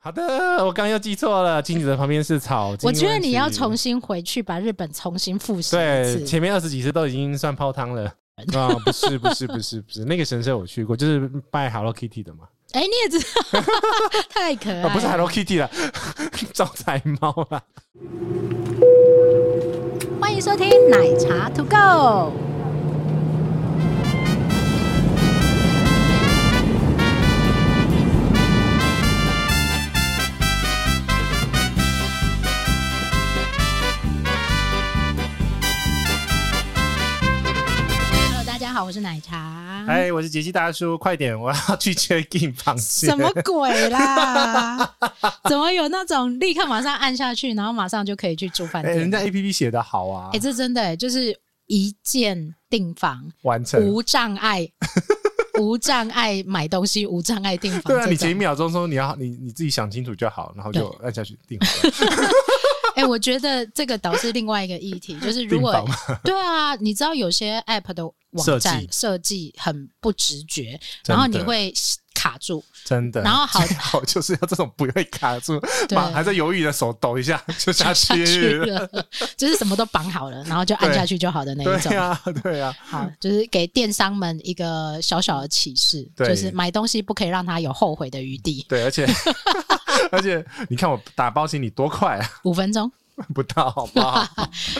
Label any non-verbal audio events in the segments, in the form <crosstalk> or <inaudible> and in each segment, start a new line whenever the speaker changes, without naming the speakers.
好的，我刚刚又记错了，金子的旁边是草。
<laughs> 我觉得你要重新回去把日本重新复习一
对
次。
前面二十几次都已经算泡汤了啊！不是不是不是不 <laughs> 是，那个神社我去过，就是拜 Hello Kitty 的嘛，
哎、你也知道， <laughs> 太可爱了、
啊不是 Hello Kitty 啦， <laughs> 招财猫啦。
欢迎收听奶茶 To Go。Hello，大家好，我是奶茶。
哎，我是杰西大叔，快点，我要去 check in 螃蟹。
<laughs> 什么鬼
<laughs>
啦？怎么有那种立刻马上按下去，然后马上就可以去住饭
哎、
店？
人家 A P P 写的好啊，
哎、这真的、欸、就是一键订房，
完成。
无障
<laughs>
碍，无障碍买东西，无障碍订房
对啊，
这
你前一
种。
秒钟说你要你你自己想清楚就好，然后就按下去定好了。
哎、我觉得这个倒是另外一个
<laughs>
议题，就是如果
订房
<laughs> 对啊，你知道有些 app 的网
设
站
计
设计很不直觉，
真的
然后你会卡住，
真的，
然后好
最 <laughs> 好就是要这种不会卡住，
<laughs>
<laughs>
对
马还在犹豫的手抖一下 <laughs> 就下
下去
去了。
了，就是什么都绑好了，然后就按下去就好的那一种
<laughs> 对。啊， <laughs> 对啊，
好，就是给电商们一个小小的启示，
对
就是买东西不可以让他有后悔的余地。
对，而且 <laughs> 而且你看我打包行李多快啊， <laughs>
五分钟，
不到好不
<laughs>
好？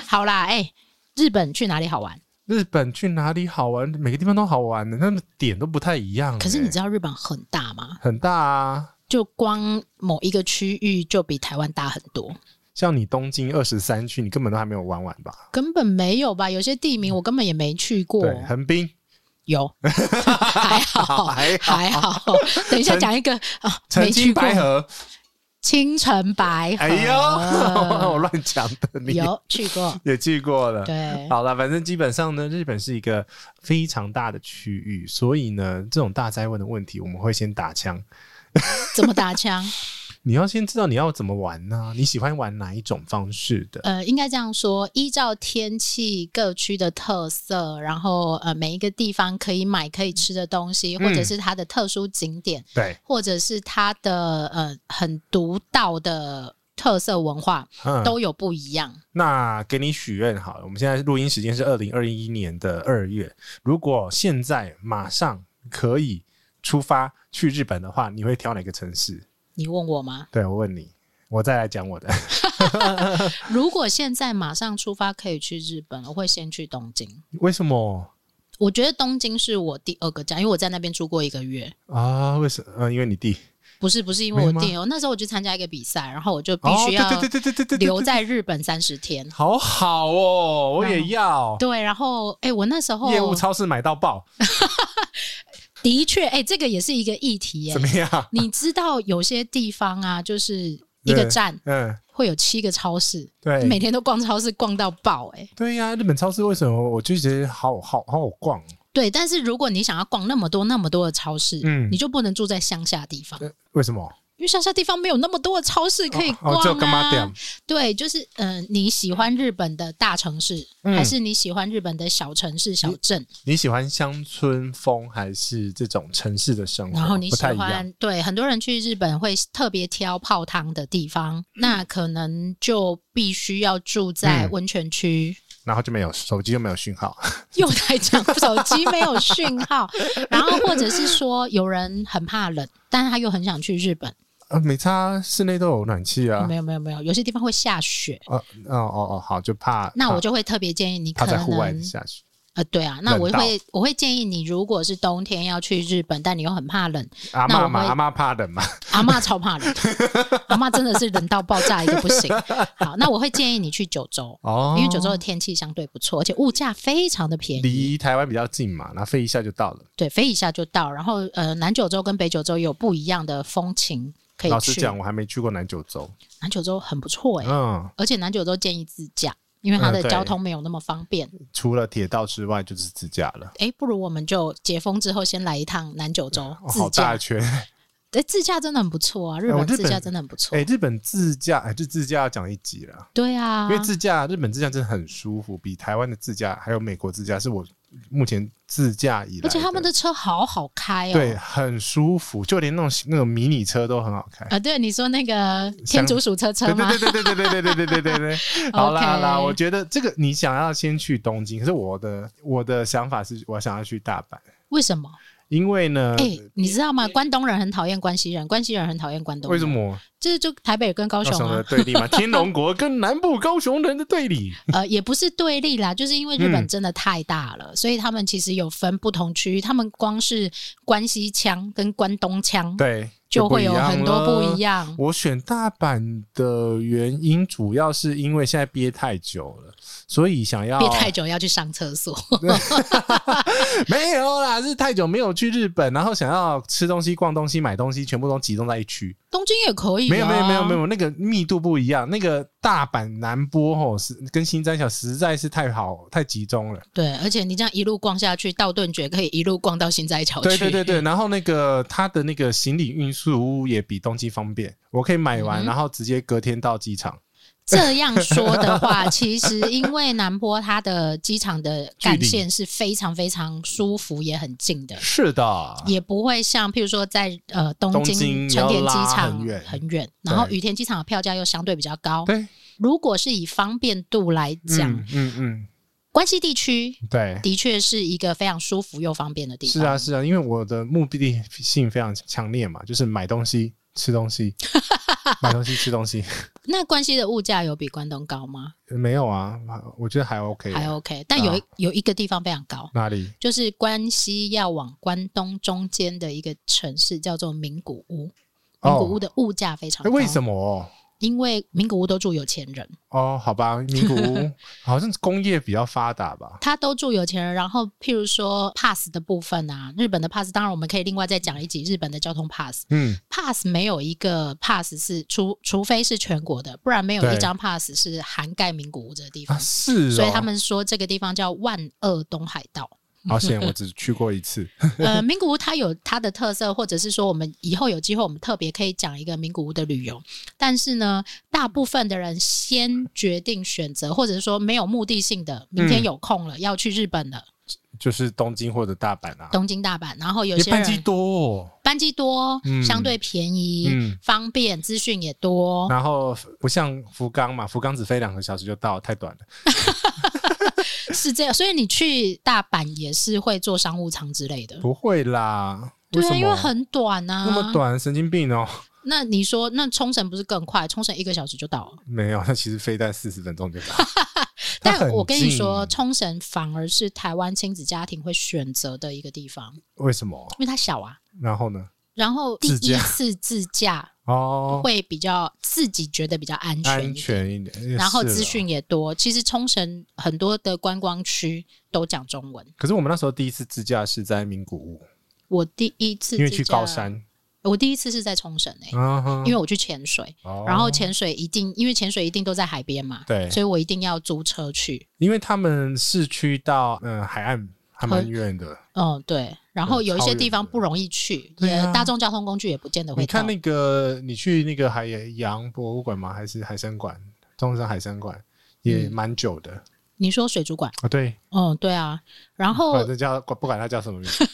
好啦，哎、日本去哪里好玩？
日本去哪里好玩？每个地方都好玩的，那么点都不太一样、
可是你知
道
道日本很大吗？
很大啊，
就光某一个区域就比台湾大很多，
像你东京二十三区，你根本都还没有玩完吧？
根本没有吧？有些地名我根本也没去过。
对，横滨 <laughs> 哎
有，还好，
还好
还好。等一下
曾
讲一个啊，
曾
哦 <laughs> 没去
经
过
白河，
青城白河，
哎呦， <laughs> 我乱讲的，你
啊有去过，
也去过了。
对，
好了，反正基本上呢，日本是一个非常大的区域，所以呢，这种大灾问的问题，我们会先打枪。
怎么打枪？
你要先知道你要怎么玩呢、你喜欢玩哪一种方式的？
呃，应该这样说，依照天气各区的特色，然后呃每一个地方可以买可以吃的东西，或者
嗯
是它的特殊景点，
对，
或者是它的呃很独到的特色文化，
嗯，
都有不一样。
那给你许愿好了。我们现在录音时间是二零二一年的二月，如果现在马上可以出发去日本的话，你会挑哪个城市？
你问我吗？
对我问你，我再来讲我的。
如果现在马上出发可以去日本，我会先去东京。
为什么
我觉得东京是我第二个家，因为我在那边住过一个月。
啊？为什么？嗯、因为你弟
不是不是，因
没
为我
吗
弟，我那时候我去参加一个比赛，然后我就必
哦，
须
对
要
对对对对对对，对
留在日本三十天。
好好哦，我
然
也
后
要。
对，然后哦哎、我那时候
业务超市买到爆，
的确哎、这个也是一个议题耶、
怎么样？
你知道有些地方啊，就是一个
对
站
嗯，
会有七个超市，
对，
每天都逛超市逛到爆哎、
对呀、日本超市为什么我就觉得好好好好逛？
对，但是如果你想要逛那么多那么多的超市，
嗯
你就不能住在乡下地方，
呃为什么？
因为乡下地方没有那么多的超市可以
哦
逛
哦只有干妈
啊
店。
对，就是嗯、呃你喜欢日本的大城市，
嗯
还是你喜欢日本的小城市、小镇？
你喜欢乡村风还是这种城市的生活？
然后你
不
喜
太一样。
欢对很多人去日本会特别挑泡汤的地方，那可能就必须要住在
嗯
温泉区。
然后就没有手机就没有讯号， <laughs>
又在讲手机没有讯号，然后或者是说有人很怕冷，但是他又很想去日本。
啊，没差，室内都有暖气啊
没。有没有没有，有些地方会下雪，
啊，哦哦哦，好，就怕
那我
就
就会特别建议你
怕
可
在户外
能
下去
呃对啊，那我
冷到
会我会建议你，如果是冬天要去日本，但你又很怕冷，
阿
那
妈
我
嘛，
会
阿妈怕冷嘛，
阿嬷超怕
<laughs>
冷，阿嬷真的是冷到爆炸一个不行。好，那我会建议你去九州。
哦，
因为九州的天气相对不错，而且物价非常的便宜，
离台湾比较近嘛，那飞一下就到了。
对，飞一下就到。然后呃，南九州跟北九州有不一样的风情可以去。
老实讲，我还没去过南九州，
南九州很不错哎、
嗯，
而且南九州建议自驾，因为它
嗯
的
对
交通没有那么方便。
除了铁道之外就是自驾了，
哎、不如我们就解封之后先来一趟南九州
哦、
自
好大
驾。
一圈。
哎、自驾真的很不错啊，日
我
本
日
自驾
本
真的很不错。
哎、日本自驾，哎、这自驾要讲一集了，
对啊
因，为自驾，日本自驾真的很舒服，比台湾的自驾还有美国自驾是我目前自驾以来，
而且他们的车好好开哦。
对很舒服，就连那种那种迷你车都很好开。
啊，对，你说那个天竺鼠车车
对
吗？
对对对对对对对对对对对。好啦好啦，我觉得这个你想要先去东京，可是我的我的想法是，我想要去大阪，
为什么？
因为呢，
哎、你知道吗？关东人很讨厌关西人，关西人很讨厌关东
为
人。
什？么哦
就是就台北跟高雄
的
啊，
对立嘛？天龙国跟南部高雄人的对
<laughs>
立，
呃，也不是对立啦，就是因为日本
嗯
真的太大了，所以他们其实有分不同区域，他们光是关西腔跟关东腔
对，
就会有很多不一
样了。
样。
我选大阪的原因，主要是因为现在憋太久了，所以想要
憋太久要去上厕所， <laughs>
没有啦，是太久没有去日本，然后想要吃东西、逛东西、买东西，全部都集中在一区。
东京也可以、啊。
没有没有没有没有，那个密度不一样。那个大阪南波吼是跟新三小实在是太好太集中了。
对，而且你这样一路逛下去，到顿觉可以一路逛到新斋桥去。嗯
对对对对，然后那个它的那个行李运输也比东京方便，我可以买完，
嗯
然后直接隔天到机场。
这样说的话， <laughs> 其实因为南波它的机场的干线是非常非常舒服，也很近的，
是的，
也不会像譬如说在呃东
东京
京
你
成
要
田机
拉
场
很远
然后羽田机场的票价又相对比较高。
对，
如果是以方便度来讲，
嗯嗯嗯，
关西地区
对。
的确是一个非常舒服又方便的地方。
是啊，是啊，因为我的目的性非常强烈嘛，就是买东西、吃东
<laughs>
西、买东西、吃东西。
那关西的物价有比关东高吗？
没有啊，我觉得还 OK 啊。
还 OK，但有一、有一个地方非常高，
哪里？
就是关西要往关东中间的一个城市，叫做名古屋。名古屋的物价非常
哎
高，
为什
么？
么？
因为名古屋都住有钱人，
哦，好吧，名古
<laughs>
屋好像工业比较发达吧？
他都住有钱人。然后，譬如说 pass 的部分啊，日本的 pass，当然我们可以另外再讲一集日本的交通 pass。
嗯，
pass 没有一个 pass 是除除非是全国的，不然没有
对
一张 pass 是涵盖名古屋这个地
啊
方。
是、哦，
所以他们说这个地方叫万恶东海道。
好险，我只去过一次。 <laughs>
呃，名古屋它有它的特色，或者是说我们以后有机会，我们特别可以讲一个名古屋的旅游。但是呢，大部分的人先决定选择，或者是说没有目的性的，明天有空了、要去日本了，
就是东京或者大阪啊，
东京、大阪，然后有
也
些人
班机多、哦，
班机多，
嗯
相对便宜，
嗯
方便，资讯也多。
然后不像福冈嘛，福冈只飞两个小时就到，太短了。
是这样，所以你去大阪也是会坐商务舱之类的。
不会啦，
对
什
啊，
么？
因为很短啊。
那么。短，神经病哦！
那你说，那冲绳不是更快？冲绳一个小时就到了。
没有，它 <laughs> 其实飞在四十分钟就到。它
<laughs> 但
很
我跟你
近
说，冲绳反而是台湾亲子家庭会选择的一个地方，
为什么？
因为它小啊。
然后呢？
然后第
自
一
驾
次自驾
哦，
会比较自己觉得比较安全
安
一点，
全一点。
然后
也是啊
资
啦
讯也多。其实冲绳很多的观光区都讲中文。
可是我们那时候第一次自驾是在名古屋，
我第一次
因为
自
去
驾
高，山，
我第一次是在冲绳诶、
嗯哼
因为我去潜水，
哦
然后潜水一定因为潜水一定都在海边嘛，
对
所以我一定要租车去。
因为他们市区到嗯、呃海岸还蛮
很
远的。
嗯，对。然后有一
超
些
远
地方
的
不容易去，
对
也
啊
大众交通工具也不见得会
你看
到
那个，你去那个海洋博物馆吗？还是海参馆？中山海参馆
嗯
也蛮久的、
你说水族馆，
啊。对，
嗯，对啊。然后
反正叫不管它叫什么
<laughs>
名字，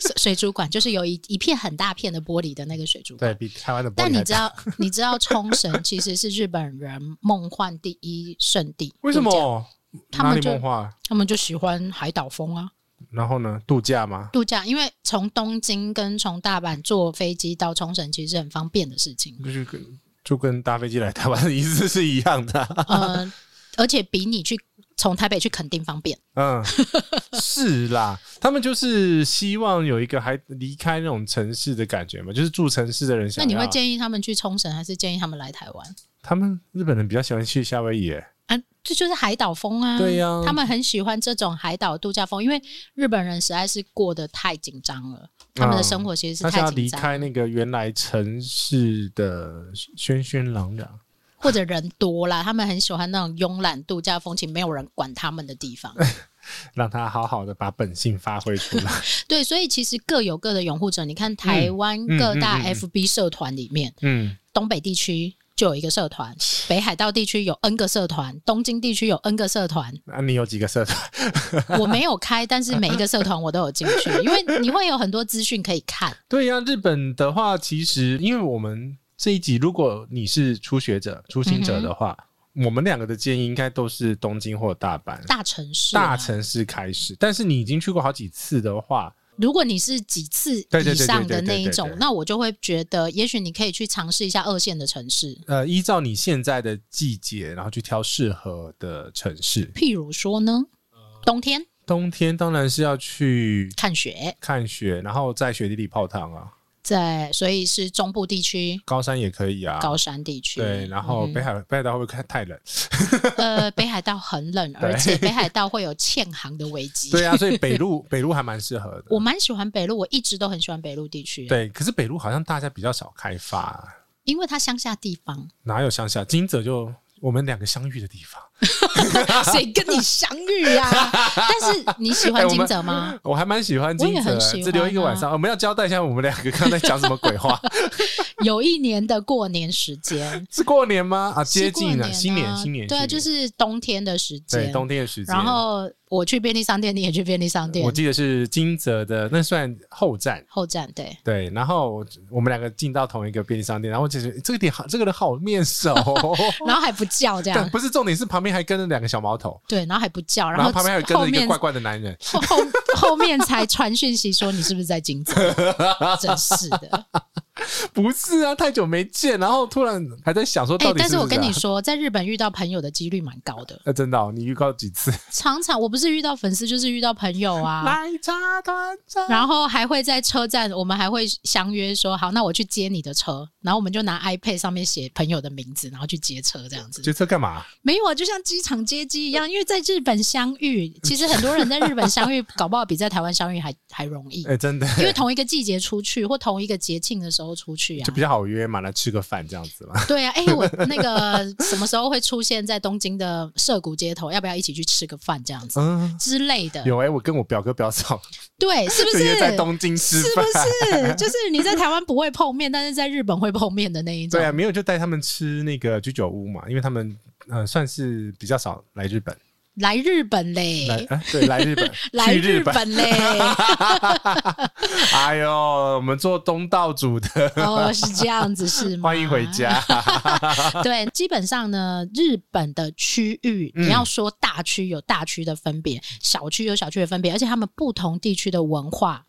水水族馆就是有一一片很大片的玻璃的那个水族
对
馆。
比台湾的玻璃
但
还
你知
大
道，你知道冲绳其实是日本人梦幻第一圣地，
为什
度假？
么？
他
哪
们
里
就
梦话？
他们就喜欢海岛风啊，
然后呢？度假吗？
度假。因为从东京跟从大阪坐飞机到冲绳，其实是很方便的事情。
就是跟就跟搭飞机来台湾的意思是一样的啊、
呃，
<laughs>
而且比你去从台北去垦丁方便。 <laughs>
嗯，是啦，他们就是希望有一个还离开那种城市的感觉嘛，就是住城市的人想
那
要。
你会建议他们去冲绳，还是建议他们来台湾？
他们日本人比较喜欢去夏威夷耶，
啊，这就是海岛风啊！
对呀
他们很喜欢这种海岛度假风，因为日本人实在是过得太紧张了，他们的生活其实
嗯他
是
想
太
要离
紧张，
开那个原来城市的喧喧攘攘。
或者人多啦，他们很喜欢那种慵懒度假风情，没有人管他们的地
<laughs>
方。
让他好好的把本性发挥出来。
对，所以其实各有各的拥护者。你看台湾
嗯
各
嗯
大
嗯嗯
FB 社团里面，
<laughs> 嗯，
东北地区就有一个社团，北海道地区有 N 个社团，东京地区有 N 个
<laughs>
社团。
那、啊你有几个社团？ <laughs>
我没有开，但是每一个社团我都有进去，因为你会有很多资讯可以看。
对呀、日本的话，其实因为我们这一集，如果你是初学者、初行
嗯
者的话，我们两个的建议应该都是东京或大阪、
大城市、啊
大，城市开始。但是你已经去过好几次的话，
如果你是几次
对对
以
对
上的
对对
那一
对对
种
对，
那我就会觉得，也许你可以去尝试一下二线的城市，
呃，依照你现在的季节，然后去挑适合的城市。
譬如说呢，
呃
冬天
冬天当然是要去
看雪，
看雪，然后在雪地里泡汤啊，
在所以是中部地区、
高山也可以啊。
高山地区，
对，然后
嗯
北海、北海道会不会太冷？
呃，北海道
<laughs>
很冷，而且北海道会有欠航的危机。 <laughs>
对啊，所以北路北路还蛮适合的。
我蛮喜欢北路，我一直都很喜欢北路地区，啊
对，可是北路好像大家比较少开发啊、
因为它乡下地
<laughs>
方，
哪有乡下？金泽就我们两个相遇的地方。
谁跟你相遇呀、但是你喜欢金泽吗？
哎我还蛮喜欢金
我也
泽
很，喜欢啊
只留一个晚上。我们要交代一下，我们两个刚才讲什么鬼
<laughs>
话？
有一年的过年时间，
是过年吗？啊，
是
接
过
近了，
啊
新年，新年，
对
新
啊，
年
就是冬天的时
对
间。
冬天的时间。呃
然后我去便利商店，你也去便利商
我
店，
记得是金泽的，那算后站。
后站对。
对，然后我们两个进到同一个便利商店，然后其实这个点好，这个人好面
<laughs>
熟、
然后还不叫这
但
样，
不是重点，是旁边还跟着两个小毛头，
对，然后还不叫，
然后
后
旁边还有跟
后
着一个
面
怪怪的男人。
后后后面才传讯息说你是不是在金泽，真
<laughs>
是的。哎
不是啊，太久没见，然后突然还在想说
哎、
到底
但
是
是
不
我
是、啊
跟你说，在日本遇到朋友的几率蛮高的。
呃，真的哦、你预告几次？
常常我不是遇到粉丝，就是遇到朋友啊，
奶茶团长，
然后还会在车站，我们还会相约说，好，那我去接你的车，然后我们就拿 iPad 上面写朋友的名字，然后去接车这样子。
决策干嘛？
没有啊，就像机场接机一样，因为在日本相
<laughs>
遇，其实很多人在日本相遇，搞不好比在台湾相遇还还容易
<laughs> 哎、，真的
因为同一个季节出去或同一个节庆的时候出去啊
就，比较好约嘛，来吃个饭这样子嘛。
对啊，哎、我那个什么时候会出现在东京的涩谷街头？要不要一起去吃个饭这样子
嗯，
之类的？
<laughs> 有哎、我跟我表哥表嫂
对，是不？
就是约在东京吃
是不
饭。
是？就是你在台湾不会碰面，但是在日本会碰面的那一种。
对啊，没有就带他们吃那个居酒屋嘛，因为他们呃算是比较少来日本，
来日本嘞，，
来、啊、对 <laughs> 来日本
来
去日本。 <laughs>
本嘞，
哎呦，我们做东道主的，
哦，是这样子是吗？
欢迎回。家。 <laughs>
对，基本上呢，日本的区域，
嗯
你要说大区有大区的分别，小区有小区的分别，而且他们不同地区的文化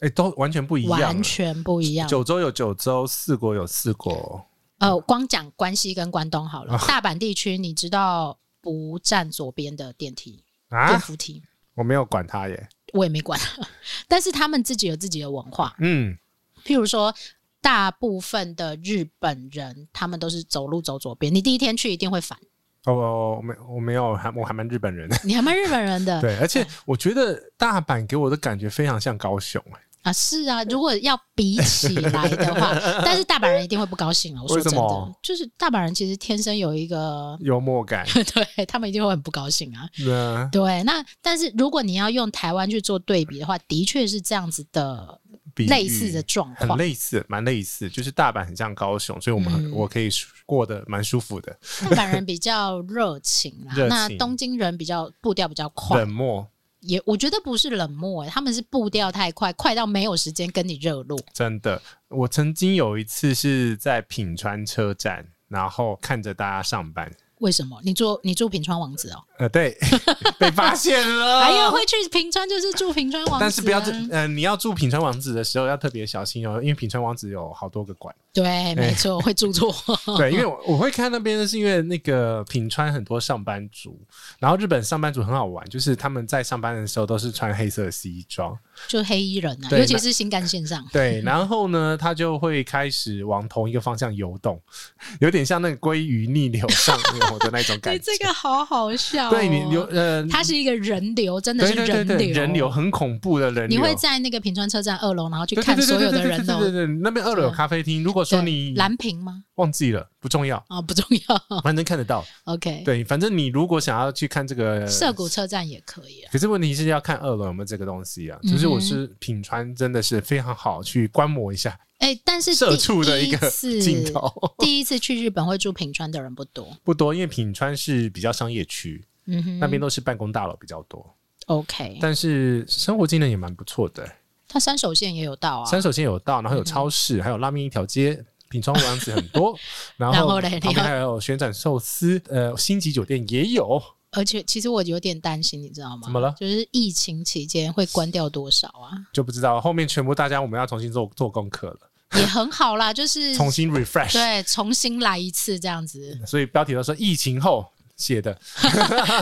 哎、都完全不一样
完
了。
全不一样。
九州有九州，四国有四国。
呃，光讲关西跟关东好了，
啊
大阪地区你知道不站左边的电梯、电
啊，
扶梯，
我没有管他耶。
我也没管， <laughs> 但是他们自己有自己的文化，
嗯，
譬如说。大部分的日本人，他们都是走路走左边。你第一天去一定会烦，
哦，我我没我没有，还我还蛮日本 <laughs> 人的。
你还蛮日本人的
对，而且我觉得大阪给我的感觉非常像高雄、哎
啊，是啊。如果要比起来
<laughs>
的话，但是大阪人一定会不高兴啊了。我说
为什
真的
么，
就是大阪人其实天生有
<laughs>
一个，
幽默感。
对他们一定会很不高兴啊。
那
对，那但是如果你要用台湾去做对比的话，的确是这样子的
比喻
类似的状
很
况。
类似，蛮类似，就是大阪很像高雄，所以我们、
嗯
我可以舒过得蛮舒服的。
大阪人比较热情
<laughs>
啦，
热情
那东京人比较步调比较快
冷，漠，
也我觉得不是冷漠、欸，他们是步调太快，快到没有时间跟你热络。
真的。我曾经有一次是在品川车站，然后看着大家上班，
为什么？你住你住平川王子哦、
呃，对， <laughs> 被发现了。
<laughs> 还有会去平川就是住平川王子啊、
呃但是不要这，呃，你要住品川王子的时候要特别小心哦，因为品川王子有好多个馆。
对，
<laughs>
没错，会住错。
对，因
嗯
为我我会看那边，是因为那个品川很多上班族，然后日本上班族很好玩，就是他们在上班的时候都是穿黑色的西装，
<laughs> 就黑衣人啊，
对
尤其是新干线上， <laughs>
对，然后呢，他就会开始往同一个方向游动， <laughs> 有点像那个鲑鱼逆流上游的那种感
<laughs> 对
觉。
这个好好笑、哦。
对你流呃，
它是一个人流，真的
对
是
对对对，人流很恐怖的人流，
你会在那个平川车站二楼，然后去
对对
看
对对
所有
对
的
对
人
对对
哦。
对对，那边二楼有
对
咖啡厅。如果说你
蓝屏吗？
忘记了，不重要，
啊、不重要。 <laughs>
反正看得到。
OK，
对，反正你如果想要去看这个
涩谷车站也可以啊。
可是问题是
嗯
要看二楼有没有这个东西啊。就是我是品川，真的是非常好去观摩一下。
哎、哎、但是
社
第
畜的
一
一个 <laughs>
次
镜头
第一次去日本会住平川的人不多，
不多，因为品川是比较商业区，
嗯哼，
那边都是办公大楼比较多，
OK。
但是生活技能也蛮不错的。
他山手线也有到啊，
三手线有道，然后有超
嗯
市，还有拉面一条街。品川王子很多，
<laughs>
然
然后
后
嘞你
旁边
要
还有旋转寿司，呃，星级酒店也有，
而且其实我有点担心，你知道吗？
怎么了
就是疫情期间会关掉多少啊？
就不知道后面全部大家我们要重新做做功课了，
也很好啦，就
<laughs>
是
重新 refresh。
嗯对重新来一次这
<laughs>
样子，
所以标题都说疫情后写的，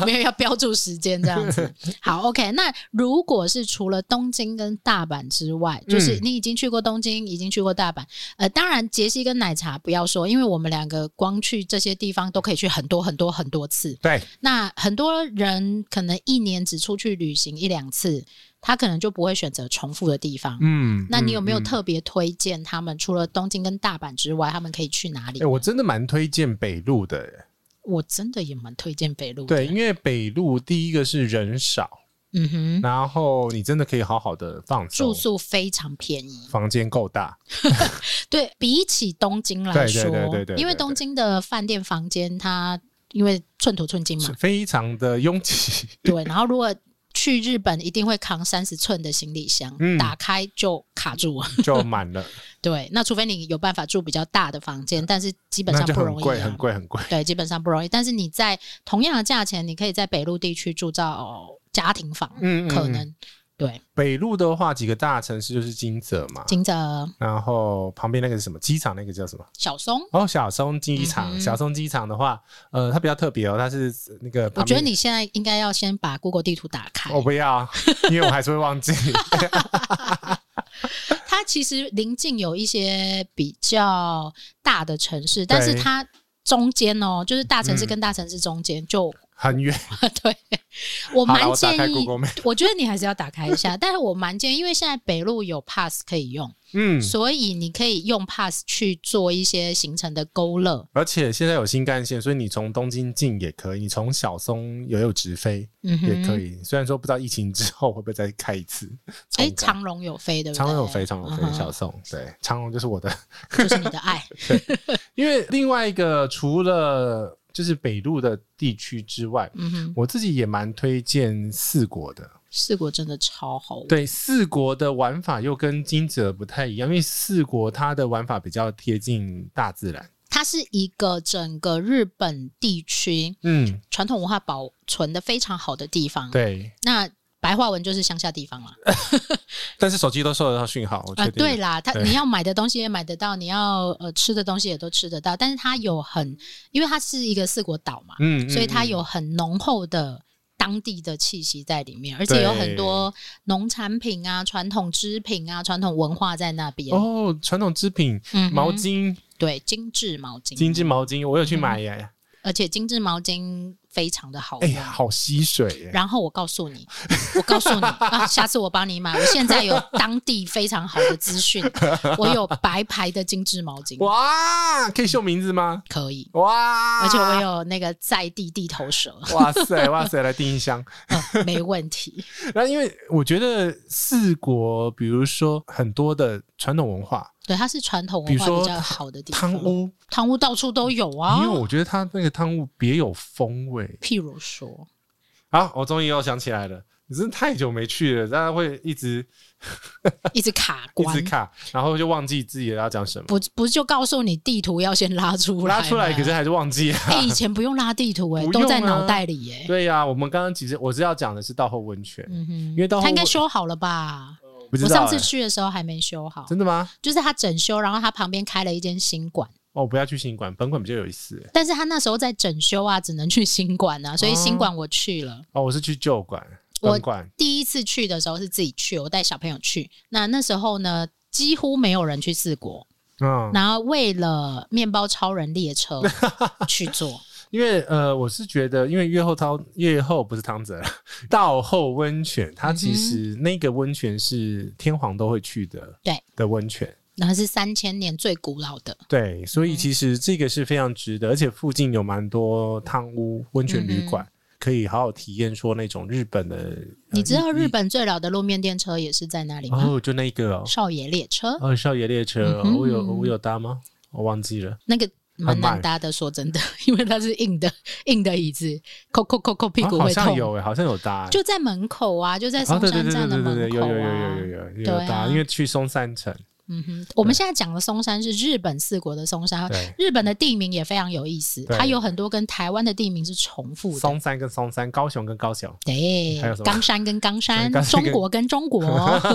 没有要标注时间这样子。好，OK。那如果是除了东京跟大阪之外，就是
嗯
你已经去过东京，已经去过大阪，呃，当然杰西跟奶茶不要说，因为我们两个光去这些地方都可以去很多很多很多次。
对，
那很多人可能一年只出去旅行一两次，他可能就不会选择重复的地方。
嗯。
那你有没有
嗯嗯
特别推荐他们？除了东京跟大阪之外，他们可以去哪里？
哎、我真的蛮推荐北路的、欸，
我真的也蛮推荐北路的。
对，因为北路第一个是人少，
嗯哼，
然后你真的可以好好的放
住
松，
宿非常便宜。
房间够大，
对比起东京来
对对
说，
对对对
因为
对
东
对
京的饭店房间它因为寸土寸金嘛
是，非常的拥挤， <laughs>
对。然后如果去日本，一定会扛三十寸的行李箱，
嗯
打开就卡住。
就满了，
<laughs> 对，那除非你有办法住比较大的房间，但是基本
那
上
就
不
很
容易、
贵，
啊，
很贵，很贵。
对，基本上不容易。但是你在同样的价钱，你可以在北路地区住到家庭房，
嗯，嗯
可
嗯
能对
北路的话，几个大城市就是金泽嘛，
金泽、
然后旁边那个是什么机场？那个叫什么？
小松。
哦，小松机
嗯
场。
哼
小松机场的话，呃，它比较特别哦，它是那个
我
旁边。
觉得你现在应该要先把 Google 地图打开，
我不
<laughs>
要，因为我还是会忘记。 <laughs>
它其实临近有一些比较大的城市，但是
对
它中间哦，就是大城市
嗯
跟大城市中间就、
很远，
对我
好啦
蛮
我打开
建议
Google Map，
我觉得你还是要打开一下，但是我蛮建议，因为现在北路有 Pass 可以用，
嗯，
所以你可以用 Pass 去做一些行程的勾勒。
而且现在有新干线，所以你从东京进也可以，你从小松也有直飞
嗯哼，
也可。以。虽然说不知道疫情之后会不会再开一次，重
哎，
开
长龙有飞，对不对？
长荣有飞，长荣有
嗯哼
飞，小松对长荣就是我的， <laughs>
就是你的爱。
因为另外一个除了就是北路的地区之外，
嗯哼，
我自己也蛮推荐四国的。
四国真的超好玩。
对四国的玩法又跟金泽不太一样，因为四国它的玩法比较贴近大自然。
它是一个整个日本地区
嗯，
传统文化保存的非常好的地方。，
对。
那白话文就是乡下地方啦。
但是手机都收得到讯号，我
啊、
呃确定。
对啦，它
对
你要买的东西也买得到，你要呃吃的东西也都吃得到，但是它有很，因为它是一个四国岛嘛，
嗯，嗯
所以它
嗯
有很浓厚的当地的气息在里面，而且
对
有很多农产品啊、传统织品啊、传统文化在那边。
哦，传统织品
嗯哼嗯
毛巾、
对精致毛巾，
精致，毛巾，我有去买耶，
而且精致毛巾非常的好
哎
用。
呀，好吸水耶！
然后我告诉你，我告诉你 <laughs> 啊，下次我帮你买。我现在有当地非常好的
<laughs>
资讯，我有白牌的精致毛巾，
哇，啊可以秀名字吗？
可以。
哇，
而且我有那个在地地头蛇， <laughs>
<laughs> 哇塞哇塞，来订一箱。
呃没问题。
然后因为我觉得四国，比如说很多的传统文化，
对，它是传统
比
文
如
化
说
比较好的地方。
汤，屋，
汤屋到处都有啊
因为。我觉得它那个汤屋别有风味。
譬如说，
好，我终于又想起来了，你真的太久没去了，大家会一直
一直卡
<laughs> 一
关
直，卡，然后就忘记自己要讲什么。
不不就告诉你地图要先拉出
我
来，
拉出来，可是。还是忘
<laughs>
记啊。
哎、以前不用拉地图、哎、
不用啊
都在脑袋里、哎，
对呀、我们刚刚其实我是要讲的是道后温泉，
嗯哼，
因为到后
它应该修好了吧？
不知
我
道、
上次
哎
去的时候还没修好，
真的吗？
就是它整修，然后它旁边开了一间新馆，
哦，不要去新馆，本馆比较有意思。哎
但是它那时候在整修啊，只能去新馆啊，所以新馆我去了。
哦，我是去旧馆，
我
本馆
第一次去的时候是自己去，我带小朋友去。那那时候呢，几乎没有人去四国，
嗯，
然后为了面包超人
<laughs>
列车去做。
因为呃，我是觉得，因为月后汤月后不是汤泽啦，道后温泉，
嗯
它其实那个温泉是天皇都会去的，
对
的温泉。
然后是三千年最古老的，
对，
嗯
所以其实这个是非常值得，而且附近有蛮多汤屋、温泉旅馆，可以好好体验说那种日本的。呃
你知道
一
日本最老的路面电车也是在那里吗？
哦，就那个哦，
少爷列车
哦，少爷列车，
嗯哼
我有我有搭吗？我忘记了。
那个蛮
很慢
难搭的，说真的， <laughs> 因为它是硬的 <laughs> 硬的椅子，扣扣扣扣屁股
啊好
会
像
痛。
有诶，好像有搭欸。
就在门口啊，就在
啊
松
对对
山
对
站的
对对对，
门口
有
啊。
有有有有有有
对
有搭，
啊
因为去松山城，
嗯哼，我们现在讲的松山是日本四国的松山，
对，
日本的地名也非常有意思，
对
它有很多跟台湾的地名是重复的。
松山跟松山，高雄跟高雄，
对
还有什，么
冈山跟冈山
对 <laughs> 冈，山
中
跟
国跟中国
<laughs>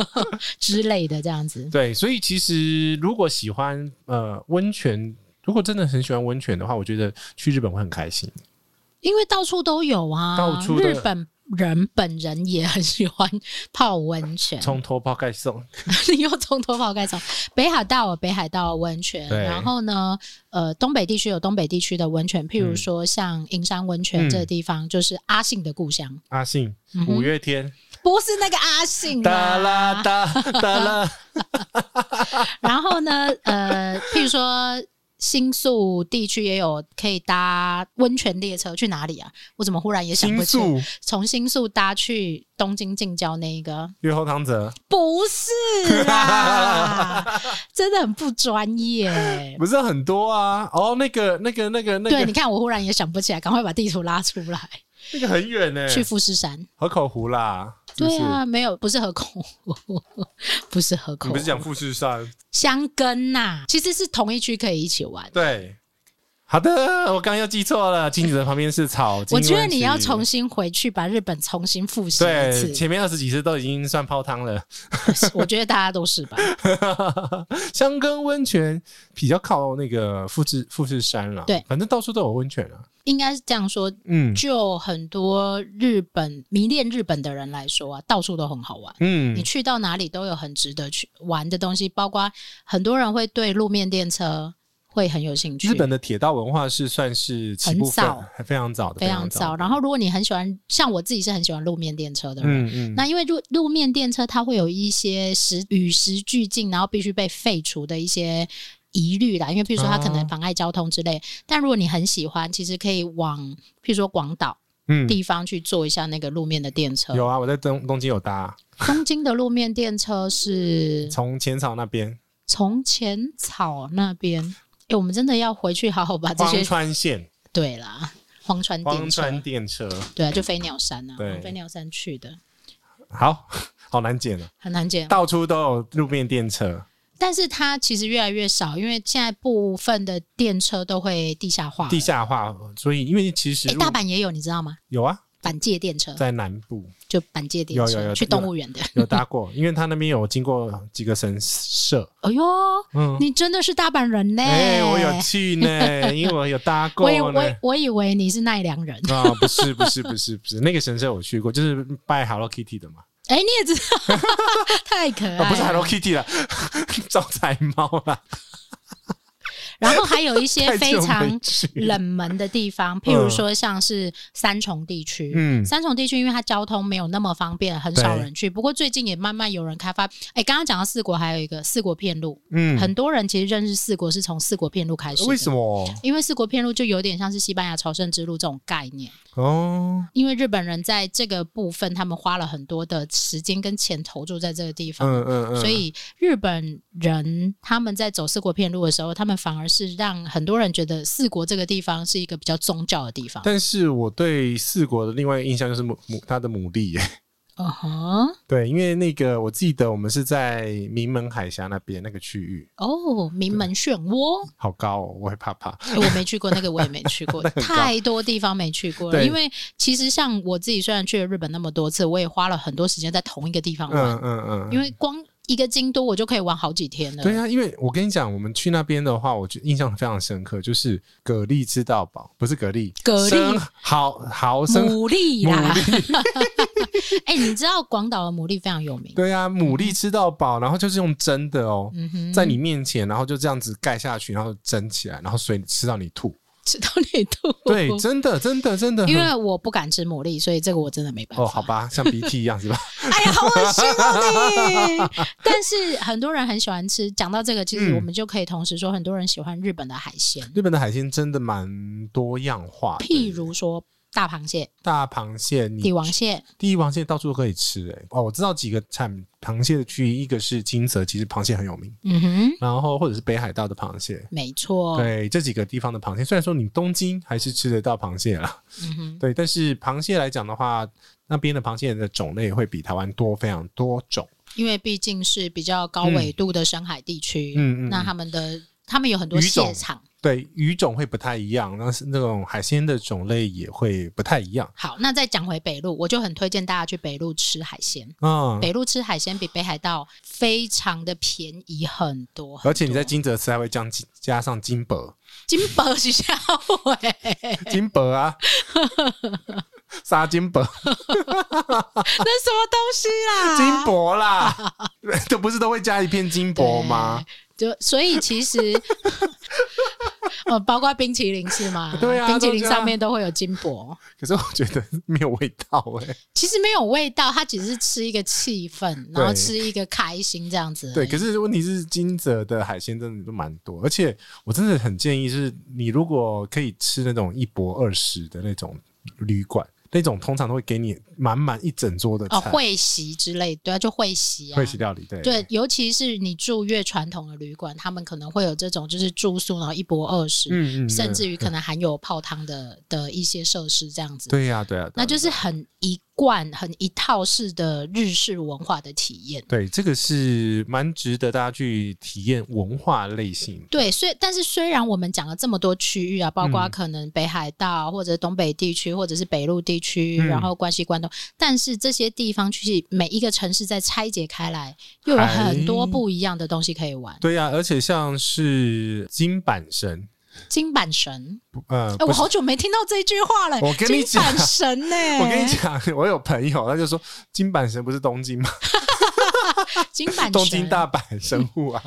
<laughs> 之类的这样子。
对，所以其实如果喜欢呃温泉，如果真的很喜欢温泉的话，我觉得去日本会很开心。
嗯因为到处都有啊，
到处都有
日本人本人也很喜欢泡温泉，
从头泡盖送，
你又从头泡开始。北海道有北海道温泉，
对
然后呢，呃，东北地区有东北地区的温泉，譬如说像银山温泉
嗯
这个地方，就是阿信的故乡，
阿信
嗯，哼
五月天，
不是那个阿信
哒啦
啦。
哒哒啦，
然后呢，呃，譬如说。新宿地区也有可以搭温泉列车，去哪里啊？我怎么忽然也想
新
不起？
宿
从新宿搭去东京近郊那一个，
月后汤泽，
不是啦，
<laughs>
真的很不专业、欸
不是很多啊。哦，那个那个那个那
对，
个
你看我忽然也想不起来，赶快把地图拉出
<laughs>
来，
那个很远呢，
去富士山。
河口湖啦，是不
对
是？
啊，没有，不是河口，不是河
你
口
不，是讲富士山？
香根呐、其实是同一区可以一起玩。
对，好的，我刚刚又记错了，金子的旁边是草金
我
温
觉
泉。
得你要重新回去把日本重新复习
对
一次，
前面二十几次都已经算泡汤了。
<laughs> 我觉得大家都是吧。
香根温泉比较靠那个富士富士山啦，
对
反正到处都有温泉啊。
应该是这样说，
嗯
就很多日本迷恋日本的人来说啊，到处都很好玩。你
嗯，
去到哪里都有很值得去玩的东西，包括很多人会对路面电车会很有兴趣。
日本的铁道文化是算是起步分
很早
还非常早的，
非常
早
早。。然后，如果你很喜欢，像我自己是很喜欢路面电车的人。
嗯嗯，
那因为路路面电车它会有一些时与时俱进，然后必须被废除的一些疑虑啦，因为譬如说它可能
哦
妨碍交通之类。但如果你很喜欢，其实可以往譬如说广岛
嗯
地方去坐一下那个路面的电车。
有啊，我在东东京有搭，
东京的路面电车是
从浅草那边
从浅草那边，哎、我们真的要回去好好啊把这
荒
些
川线
对啦，荒川
荒
电车，
川电车，
对啊，就飞鸟山啊，
对
从飞鸟山去的
好 <laughs> 好难剪啊，
很难见，
到处都有路面电车。
但是它其实越来越少，因为现在部分的电车都会地下化了。
地下化，所以因为其实
哎、
如
大阪也有，你知道吗？
有啊，
板界电车
在南部
就板界电车
有有有
去动物园的。
有搭过，因为他那边有经过几个神社，
哎呦，
嗯，
你真的是大阪人呢、
哎、我有去呢，因为我有搭过
我以
呢。
我我以为你是奈良人，
啊、不是不是不是不是，那个神社我去过，就是拜 Hello Kitty 的嘛，
哎、你也知道，
<laughs>
太可爱了、
啊、不是 Hello Kitty 啦， <laughs> 招财猫啦，
然后还有一些
太
非
久
常
没去了，
冷门的地方，譬如说像是三重地区。
嗯，
三重地区，因为它交通没有那么方便，很少
对
人去。不过最近也慢慢有人开发。哎，刚刚讲到四国，还有一个四国片路，
嗯
很多人其实认识四国是从四国片路开始。
为什
么？
么？
因为四国片路就有点像是西班牙朝圣之路这种概念。
哦，
因为日本人在这个部分，他们花了很多的时间跟钱投注在这个地方。
嗯嗯嗯，
所以日本人他们在走四国片路的时候，他们反而是让很多人觉得四国这个地方是一个比较宗教的地方。
但是我对四国的另外一个印象就是牡牡它的牡蛎耶。 <laughs>
嗯哼，
对，因为那个我记得我们是在名门海峡那边那个区域，
哦，名门漩
<laughs>
涡，
好高哦，我会怕怕。
诶我没去过，那个我也没去
<laughs>
过，太多地方没去过了。
对
因为其实像我自己，虽然去了日本那么多次，我也花了很多时间在同一个地方玩，
嗯嗯
因
嗯，
为光一个京都我就可以玩好几天了。
对啊，因为我跟你讲，我们去那边的话，我就印象非常深刻，就是蛤蜊吃到饱，不是蛤蜊，
蛤蜊
生蚝蚝生。
牡蛎啦
牡，
<laughs> 哎、你知道广岛的牡蛎非常有名，
对啊，牡蛎吃到饱，然后就是用蒸的哦，
嗯哼，
在你面前，然后就这样子盖下去，然后蒸起来，然后水吃到你吐。
<laughs> 吃到你吐，
对，真的，真的，真的很。
哦因为我不敢吃牡蛎，所以这个我真的没办
嗯
法。
哦，好，吧，像鼻涕一样是吧？
哎呀，好恶心哦
<laughs>
你！但是很多人很喜欢吃。讲到这个，其实
嗯
我们就可以同时说，很多人喜欢日本的海鲜，
日本的海鲜真的蛮多样化的，
譬如说大螃蟹、
大螃蟹，
帝
你
王蟹，
帝王蟹到处都可以吃、欸，哦，我知道几个产螃蟹的区域，一个是金泽，其实螃蟹很有名，
嗯哼，
然后或者是北海道的螃蟹。
没错，
对这几个地方的螃蟹，虽然说你东京还是吃得到螃蟹啦，
嗯哼，
对，但是螃蟹来讲的话，那边的螃蟹的种类会比台湾多非常多种。
因为毕竟是比较高纬度的深海地区，
嗯嗯嗯嗯
那他们的他们有很多
鱼种
蟹场。
对，鱼种会不太一样，那是那种海鲜的种类也会不太一样。
好，那再讲回北路，我就很推荐大家去北路吃海鲜。
嗯，
北路吃海鲜比北海道非常的便宜很多，很多
而且你在金泽吃还会加金加上金
<laughs>
箔，
金箔是欸下回，
金箔
<laughs>
啊，沙金箔，
啊那什么东西啦？
金箔
<laughs>
啦，这不是都会加一片金箔吗？
就所以其实， <laughs> 呃，包括冰淇淋是吗？
对啊
冰淇
都
淋
这样
上面都会有金箔，
可是我觉得没有味道哎、
其实没有味道，它只是吃一个气氛，然后吃一个开心这样子而
对，
已。
可是问题是金泽的海鲜真的都蛮多，而且我真的很建议是，你如果可以吃那种一博二十的那种旅馆，那种通常都会给你满满一整桌的
哦，
菜，
会席之类，对啊，就会席啊，
会席料理，啊对
对，尤其是你住越传统的旅馆，他们可能会有这种就是住宿，然后一泊二十、
嗯嗯，
甚至
于
于可能含有泡汤的的一些设施这样子。
对呀、对呀、对啊
那就是很一贯、很一套式的日式文化的体验。
对，这个是蛮值得大家去体验文化类型。
对，虽但是虽然我们讲了这么多区域啊，包括
嗯
可能北海道或者东北地区，或者是北陆地区，
嗯
然后关西、关东，但是这些地方其实每一个城市在拆解开来，又有很多
还
不一样的东西可以玩。
哎对呀、啊而且像是金板神，
金板神，
不呃，
哎、
不是
我好久没听到这句话了。
我跟你
金板
讲
神呢、
我跟你讲， <laughs> 我有朋友他就说金板神不是东京吗？
金板神，
东京大阪神户啊。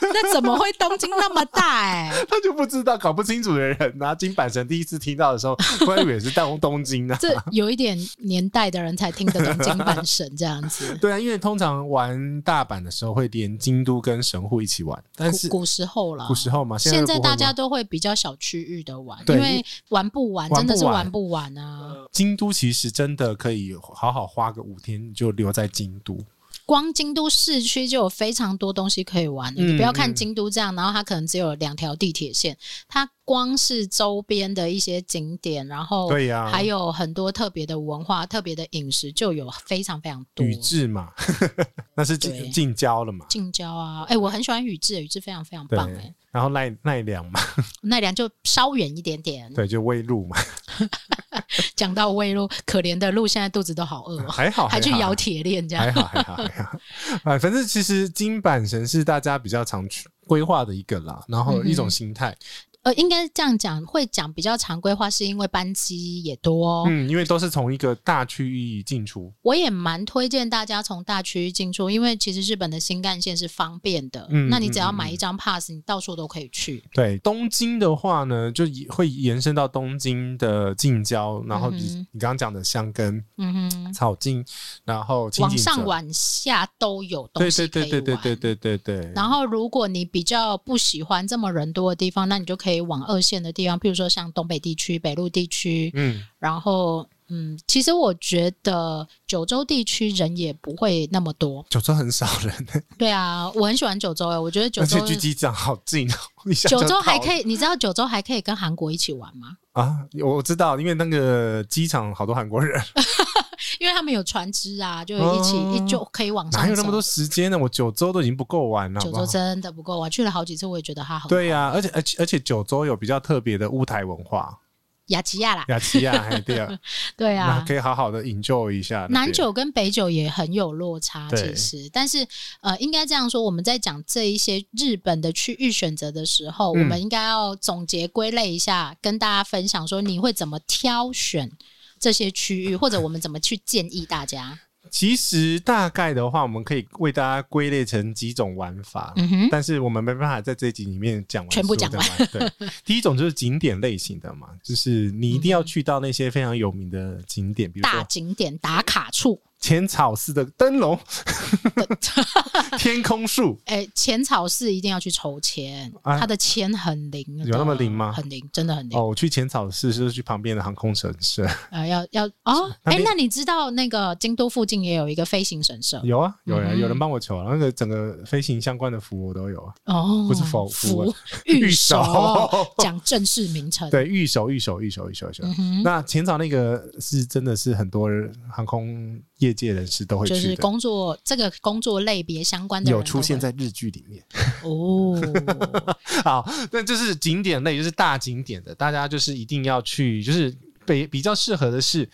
那怎么会东京那么大、哎，
他就不知道搞不清楚的人拿、金板神第一次听到的时
<laughs>
候，我还以为是东东京啊呢、
这有一点年代的人才听得懂金板神这样子。
对啊，因为通常玩大阪的时候会连京都跟神户一起玩， <laughs> 但是
古古时候了，
古时候嘛，现在
啊现
都不会
在大家
玩
都会比较小区域的玩，
对
因为玩不完
玩
真的
不
是
完
玩不完啊！
京都其实真的可以好好花个五天就留在京都。
光京都市区就有非常多东西可以玩的，
嗯
你不要看京都这样，然后它可能只有两条地铁线，它光是周边的一些景点，然后
对呀、
还有很多特别的文化、特别的饮食，就有非常非常多。
宇治嘛， <laughs> 那是近
对
近郊了嘛，
近郊啊，哎、我很喜欢宇治，宇治非常非常
对
棒哎、
然后奈奈良嘛，
嗯奈良就稍远一点点。
对，就未路嘛，
讲到魏路，可怜的鹿现在肚子都好饿
<laughs>
哦，
还好
还去
好啊
摇铁链这样
还。好，还好，还好。啊，反正其实金板神是大家比较常去规划的一个啦，然
嗯
后一种心态，
呃，应该这样讲，会讲比较常规化，是因为班机也多。哦
嗯，因为都是从一个大区域进出，
我也蛮推荐大家从大区域进出，因为其实日本的新干线是方便的。
嗯
那你只要
嗯
买一张 pass，你到处都可以去。
对。东京的话呢，就也会延伸到东京的近郊，然后
嗯哼
你你刚刚讲的箱根、
嗯哼，
草津，然后青
往
井
上
泽，
往下都有东
对
西
对
可以
对
玩。
对对对对对对，
然后，如果你比较不喜欢这么人多的地方，那你就可以往二线的地方，譬如说像东北地区、北陆地区，
嗯，
然后。嗯，其实我觉得九州地区人也不会那么多，
九州很少人，
对啊，我很喜欢九州诶、我觉得九
而 <laughs>
州
且距机长好近哦，一下
九
就
州
到
还
了
可以，你知道九州还可以跟韩国一起玩吗？
啊，我知道，因为那个机场好多韩国人，
因为他们有船只啊，就一起、
哦
一就可以往上走。
哪有那么多时间呢？我九州都已经不够玩了，好
九
不好
州真的不够，我去了好几次，我也觉得它很
对呀、而且而且而且九州有比较特别的乌台文化，
雅琪亚啦，
雅琪亚还对啊，
对
那
啊。
可以好好的 enjoy 一啊下那边。
南九跟北九也很有落差，
对
其实，但是呃，应该这样说，我们在讲这一些日本的区域选择的时候，
嗯
我们应该要总结归类一下，跟大家分享说你会怎么挑选这些区域，或者我们怎么去建议大家。
其实大概的话，我们可以为大家归类成几种玩法。
嗯哼，
但是我们没办法在这一集里面讲完
全部
所有的
讲
玩。
<laughs>
对，第一种就是景点类型的嘛，就是你一定要去到那些非常有名的景点，比如
大
说
景点打卡处，
浅草寺的灯
<laughs>
笼、天空树，
哎、浅草寺一定要去筹签，
啊
它的签很灵的，
有那么灵吗
很灵，真的很灵。
哦，我去浅草寺是去旁边的航空神社，
呃，要要哦，
那
哎、
边
那你知道那个京都附近也有一个飞行神社
<laughs> 有啊，有啊，
嗯
有人帮我求啊，那个整个飞行相关的服务我都有啊，
哦，
不是否
福
福
御
御
手
手，
讲正式名
<laughs>
称。，
对，御守、御守、御守、御守、御守。
嗯哼，
那浅草那个是真的是很多人航空业界人士都会
就是
去的，
工作这个工作类别相关的人
有
都
出现
会
在日剧里
<laughs>
面。 <laughs>
哦，
好，那就是景点类，就是大景点的，大家就是一定要去，就是比比较适合的是。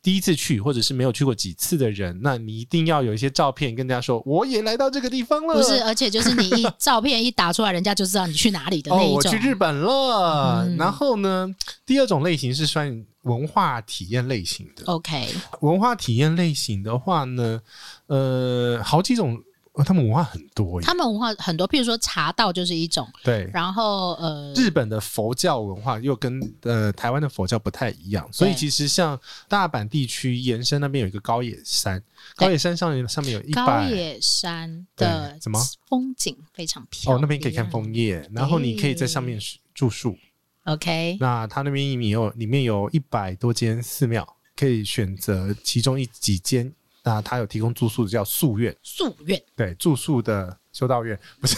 第一次去，或者是没有去过几次的人，那你一定要有一些照片跟大家说，我也来到这个地方了。哦
不是，而且就是你一照片一打出来，人家就知道你去哪里的那
哦，
一
我
种。
去日本了。
嗯
然后呢，第二种类型是算文化体验类型的。
OK，
文化体验类型的话呢，呃，好几种，哦他们文化很多耶。
他们文化很多，譬如说茶道就是一种，
对，
然后呃，
日本的佛教文化又跟呃台湾的佛教不太一样，所以其实像大阪地区延伸那边有一个高野山，
对
高野山上面上面有一
高
百
野山的
对怎么
风景非常
哦
漂亮，
那边可以看枫叶，然后你可以在上面住宿。
OK，
那它那边也有里面有一百多间寺庙，可以选择其中一几间。那它有提供住宿的叫宿院，
夙愿
对住宿的修道院不是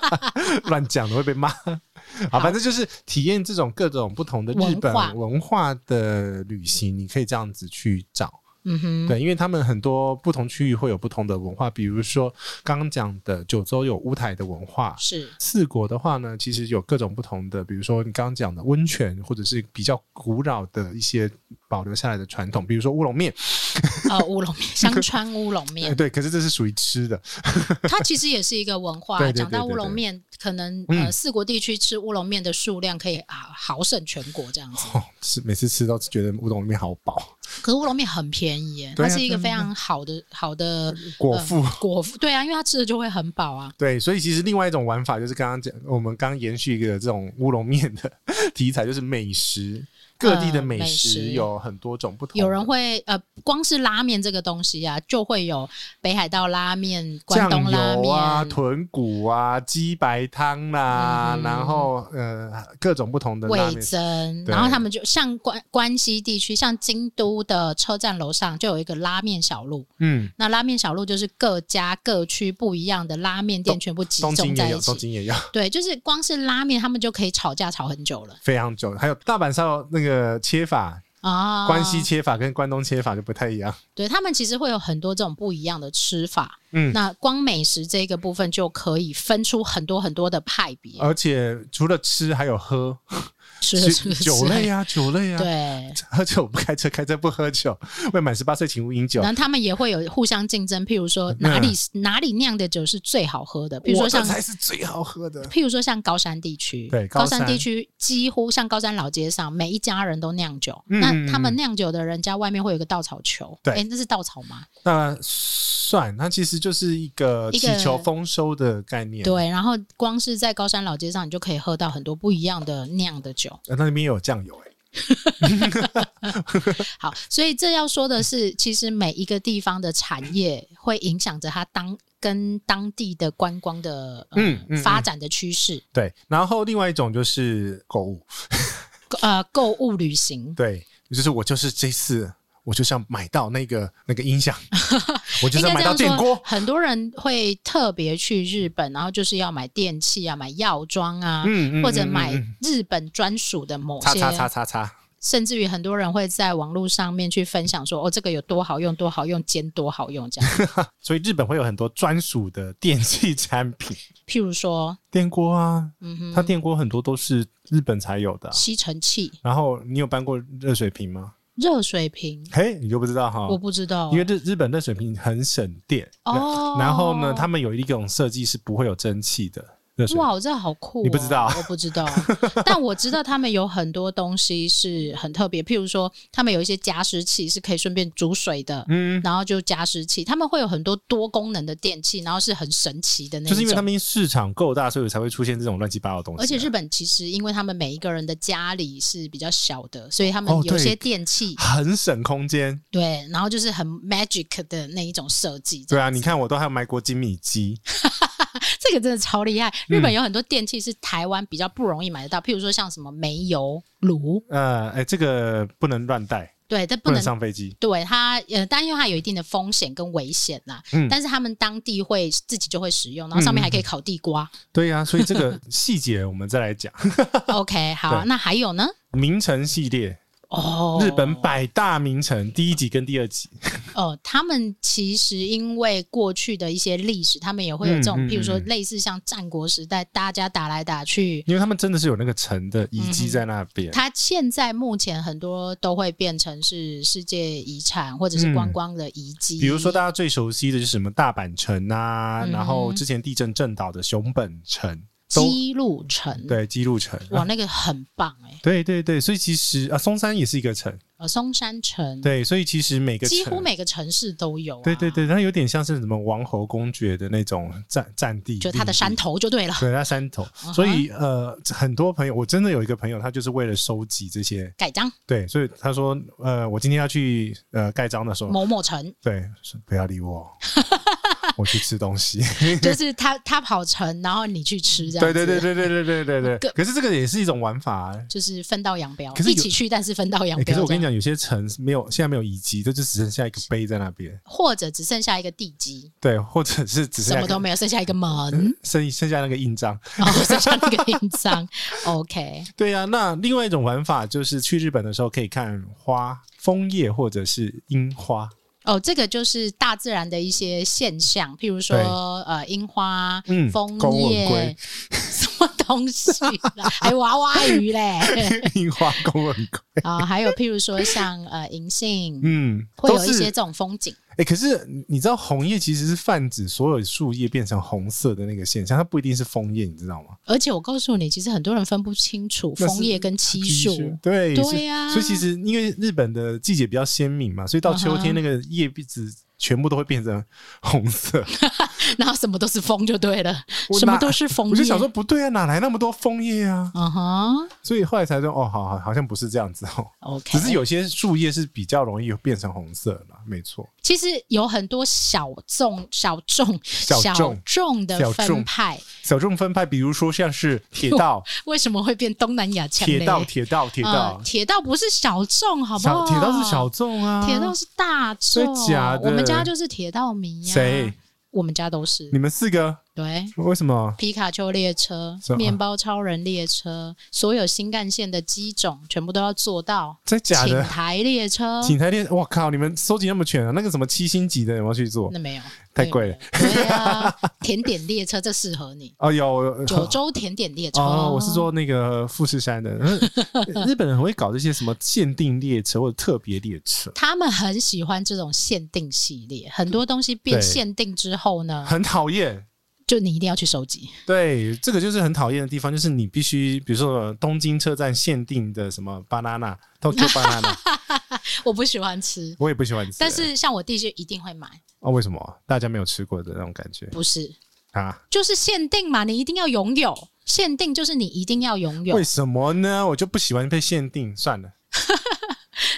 <laughs> 乱讲的会被骂。好，反正就是体验这种各种不同的日本
文化
文化的旅行，你可以这样子去找。
嗯哼，
对，因为他们很多不同区域会有不同的文化，比如说刚刚讲的九州有乌台的文化。
是
四国的话呢，其实有各种不同的，比如说你刚刚讲的温泉，或者是比较古老的一些保留下来的传统，比如说乌龙面，
呃乌龙面，香川乌龙
哎，
面，
对，可是这是属于吃的， <laughs>
它其实也是一个文化
对。对对
讲到乌龙
对对
面，可能
嗯
呃四国地区吃乌龙面的数量可以啊豪胜全国这样子。
哦，是每次吃都觉得乌龙面好饱，
可是乌龙面很便宜耶，
对
它
啊
是一个
对啊
非
对啊
常好的好的
果腹。 <laughs>
呃果腹， <laughs> 对啊，因为它吃了就会很饱啊。
对，所以其实另外一种玩法就是刚刚讲，我们刚延续一个这种乌龙面的 <laughs> 题材，就是美食，各地的美
嗯美食
食有很多种不同的。
有人会呃，光是拉面这个东西啊，就会有北海道拉面、关
酱
东拉
油
面
啊、豚骨啊、鸡白汤啦、
嗯
然后呃各种不同的拉
味
面。
增，
对
然后他们就像关关西地区，像京都的车站楼上就有一个拉面小路。
嗯，
那拉面小路就是各家各区不一样的拉面店全部集
东
中
京
在
也
一
有，东
起。
京也有，
对，就是光是拉面，他们就可以吵架吵很久了
非常久。还有大阪烧那个切法，
啊。
关西切法跟关东切法就不太一样。
对他们其实会有很多这种不一样的吃法。
嗯
那光美食这个部分就可以分出很多很多的派别，
而且除了吃，还有喝，
吃的吃
啊是
的
酒类啊，酒类啊，
对，
喝酒不开车，开车不喝酒。未满十八岁，请勿饮酒
然。后他们也会有互相竞争，譬如说哪里、哪里酿的酒是最好喝的，譬如
嗯
说
我的
像
才是最好喝的。
譬如说像高山地区，
对
高
高山
地区几乎像高山老街上，每一家人都酿酒。
嗯
那他们酿酒的人家外面会有个稻草球，
对
诶那是稻草吗？
那算，它其实就是一个
一
祈
个
求丰收的概念。
对，然后光是在高山老街上，你就可以喝到很多不一样的酿的酒。
呃，那那边也有酱油哎、
好，所以这要说的是，其实每一个地方的产业会影响着它当跟当地的观光的、呃、
嗯嗯嗯
发展的趋势，
对，然后另外一种就是购物，
呃，购物旅行。
对，就是我就是这次我就是要买到那个那个音响，
<laughs>
我就
应
是要买
该这
到
样
电
说
锅，。
很多人会特别去日本，然后就是要买电器啊、买药妆啊，
嗯
或者买
嗯嗯
日本专属的某
叉
些，
叉叉叉叉，
甚至于很多人会在网络上面去分享说：“哦，这个有多好用，多好用，煎多好
<laughs>
用。”这样，
所以日本会有很多专属的电器产品，
譬如说，
电锅啊，
嗯
它
哼，
电锅很多都是日本才有的啊、
吸尘器、
然后你有搬过热水瓶吗？
热水瓶，
嘿，你就不知道哈
我，不知道
哦因为日日本热水瓶很省电
哦。
然后呢，他们有一种设计是不会有蒸汽的，热水。
哇，我这好酷、哦！
你不知道
我不
<laughs>
知道，但我知道他们有很多东西是很特别，譬如说，他们有一些加湿器是可以顺便煮水的，
嗯，
然后就加湿器，他们会有很多多功能的电器，然后是很神奇的那
就
种。
是因为他们市场够大，所以才会出现这种乱七八糟的东西啊、
而且日本其实因为他们每一个人的家里是比较小的，所以他们
哦
有
对
些电器、
很省空间。
对，然后就是很 magic 的那一种设计。
对
<laughs>
啊，你看我都还有买过精米机，
这个真的超厉害！
嗯
日本有很多电器是台湾比较不容易买得到，譬如说像什么煤油炉，
呃，哎、这个不能乱带，
对，但
不
不
能
能
上飞机。
对它，呃，但因为它有一定的风险跟危险啦，
嗯
但是他们当地会自己就会使用，然后上面还可以烤地
<laughs>
瓜。
对呀、啊，所以这
<laughs>
个细节我们再来讲。
OK，好啊、
对
那还有呢？
名城系列，
哦，
日本百大名城第一集跟第二集，
哦，他们其实因为过去的一些历史，他们也会有这种，
嗯嗯
譬如说
嗯
类似像战国时代，大家打来打去。
因为他们真的是有那个城的遗迹在那边。
它现在目前很多都会变成是世界遗产或者是观光的遗迹、
嗯比如说，大家最熟悉的就是什么大阪城啊，
嗯
然后之前地震震倒的熊本城，都
基路城，，
对啊姬路城，
嗯哇，那个很棒哎、
<laughs> 对对对，所以其实啊，松山也是一个城，
呃，松山城，
对，所以其实每个
几
城
乎每个城市都有、啊。
对对，对，它有点像是什么王侯公爵的那种战战地，
就它的山
领地。
头就对了，
对，它山头，
哼
所以呃，很多朋友，我真的有一个朋友，他就是为了收集这些，
盖章
对，所以他说，呃，我今天要去呃盖章的时候，
某某城，
对，是不要理
<laughs>
我，哦我去吃东西。
就是他他跑城，然后你去吃这
对
样子。
对对对对对对
<laughs>
对对
个。
可是这个也是一种玩法、啊
就是分道扬镳，
可是有
一起去，但是分道扬
欸可
镳、
是我跟你
这样，
讲，有些城是没有现在没有遗迹，这就只剩下一个碑在那边，
或者只剩下一个地基，
对，啊或者是只剩
什
下
么
一个
都没有，剩下一个门，
<laughs> 剩剩下那个印章。
然后剩下那个印章。OK，
对呀、那另外一种玩法就是去日本的时候可以看花、枫叶或者是樱花。
哦，这个就是大自然的一些现象，譬如
对
说呃樱花、
嗯
枫
公文
叶
龟、
什么东西
<laughs>
啦，还有娃娃鱼嘞
樱花公文
<laughs>
龟，
啊、还有譬如说像呃银杏，
嗯，
会
都
有一
是
些这种风景。
哎、可是你知道红叶其实是泛指所有树叶变成红色的那个现象，它不一定是枫叶，你知道吗？
而且我告诉你，其实很多人分不清楚
那是
枫叶跟漆
其实
树。
对
对
是
呀
所以其实因为日本的季节比较鲜明嘛，所以到秋天
嗯哼
那个叶子全部都会变成红色。
然后什么都是风就对了，
我
什么
哪
都是枫叶。
我就想说，不对啊，哪来那么多枫叶啊？
嗯哼
所以后来才说，哦，好好，好像不是这样子哦。
，OK。
只是，有些树叶是比较容易变成红色的，没错。
其实有很多小众、小众、
小众
众的
小
分
众
派，
小众分派，比如说像是铁
<laughs>
道、
为什么会变东南亚强
铁道、
嘞
铁道、铁
嗯
道、
铁道不是小众，好不
小
好？
铁道是小，众啊，
铁道是啊大众
真。的假的
我们家就是铁道迷呀、
谁？？
我们家都是
你。们四个
对，
为什么？
皮卡丘列车
什、么
面包超人列车，所有新干线的机种全部都要做到。
真假
请
的？
台列车？
请台电，我靠！你们收集那么全啊？那个什么七星级的有没有去做？
那没有，
太贵了
对。对啊，甜点列车这适
<laughs>
合你。
哦，有我
九州甜点列车
哦，我是说那个富士山的。
<laughs>
嗯日本人很会搞这些什么限定列车或者特别列车，
他们很喜欢这种限定系列，很多东西变
对
限定之后呢，
很讨厌。
就你一定要去收集。
对，这个就是很讨厌的地方，就是你必须，比如说东京车站限定的什么 banana Tokyo
<laughs>
banana，
我不喜欢吃，
我也不喜欢吃。
<laughs> 但是像我弟就一定会买，
哦，为什么大家没有吃过的那种感觉
不是，
啊？
就是限定嘛，你一定要拥有。限定就是你一定要拥有
为，什么呢？我就不喜欢被限定，算了。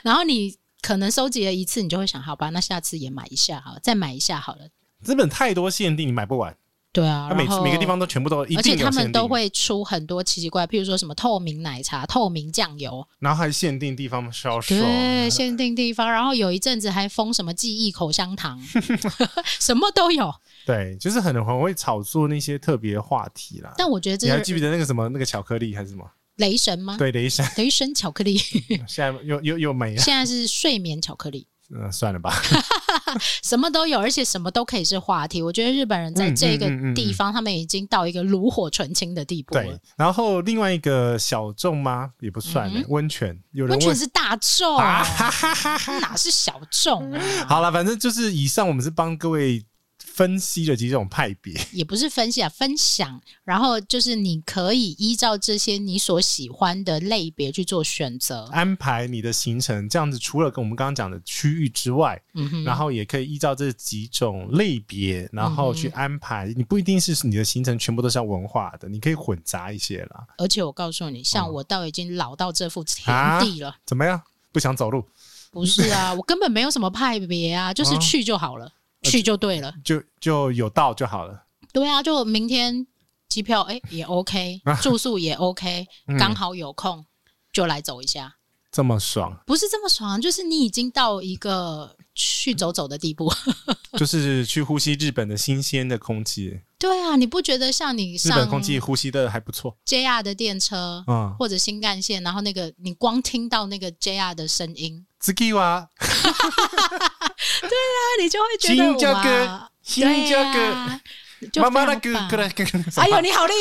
然后你可能收集了一次，你就会想，好吧，那下次也买一下好了，再买一下好了。
日本太多限定，你买不完。
对啊，
它每
然后
每个地方都全部都一
而且
定有
他
限
们
定，
都会出很多奇奇怪，譬如说什么透明奶茶、透明酱油，
然后还限定地方哦销售。
对，限定地方。然后有一阵子还封什么记忆口
<laughs>
香糖，什么都有。
对，就是很很会炒作那些特别话题啦。
但我觉得
你还
这
记
是啊
不记得那个什么那个巧克力还是什么？
雷神吗？
对，雷神
雷神
<laughs>
巧克力
现在又又又没了，
现在是睡眠巧克力，
嗯，算了吧。
什么都有，而且什么都可以是话题。我觉得日本人在
嗯
这个
嗯嗯嗯
地方，他们已经到一个炉火纯青的地步
对
了。，
然后另外一个小众吗？也不算、
嗯
温泉，有人
温泉
问。
是大众，
<laughs> 啊
哪是小众啊？
<laughs>
啊
好了，反正就是以上，我们是帮各位分析了几种派别，
也不是分析啊，分享。然后就是你可以依照这些你所喜欢的类别去做选择。
安排你的行程。这样子，除了跟我们刚刚讲的区域之外，
嗯哼，
然后也可以依照这几种类别，然
嗯
后去安排。你不一定是你的行程全部都是要文化的，你可以混杂一些啦。
而且我告诉你，像
嗯
我到已经老到这副田
啊
地了，
怎么样？不想走路
不是
<laughs>
啊，我根本没有什么派别啊，就是
嗯
去就好了，去就对了。
就就有到就好了。
对啊，就明天机票哎、也 OK，住宿也 OK，
啊嗯
刚好有空就来走一下。
这么
<laughs>
爽，
不是这么爽，就是你已经到一个去走走的地步。 <laughs>
就是去呼吸日本的新鲜的空气，
对啊，你不觉得像你
日本
上
空气呼吸的还不错。
JR 的电车
嗯，
或者新干线，然后那个你光听到那个 JR 的声音，
次は啊
那你就会觉
新
得
加坡
哇，
新
对
加
啊，就
妈
非
妈那
常
个
棒
过来，
<laughs>
什
哎呦，
么
你好厉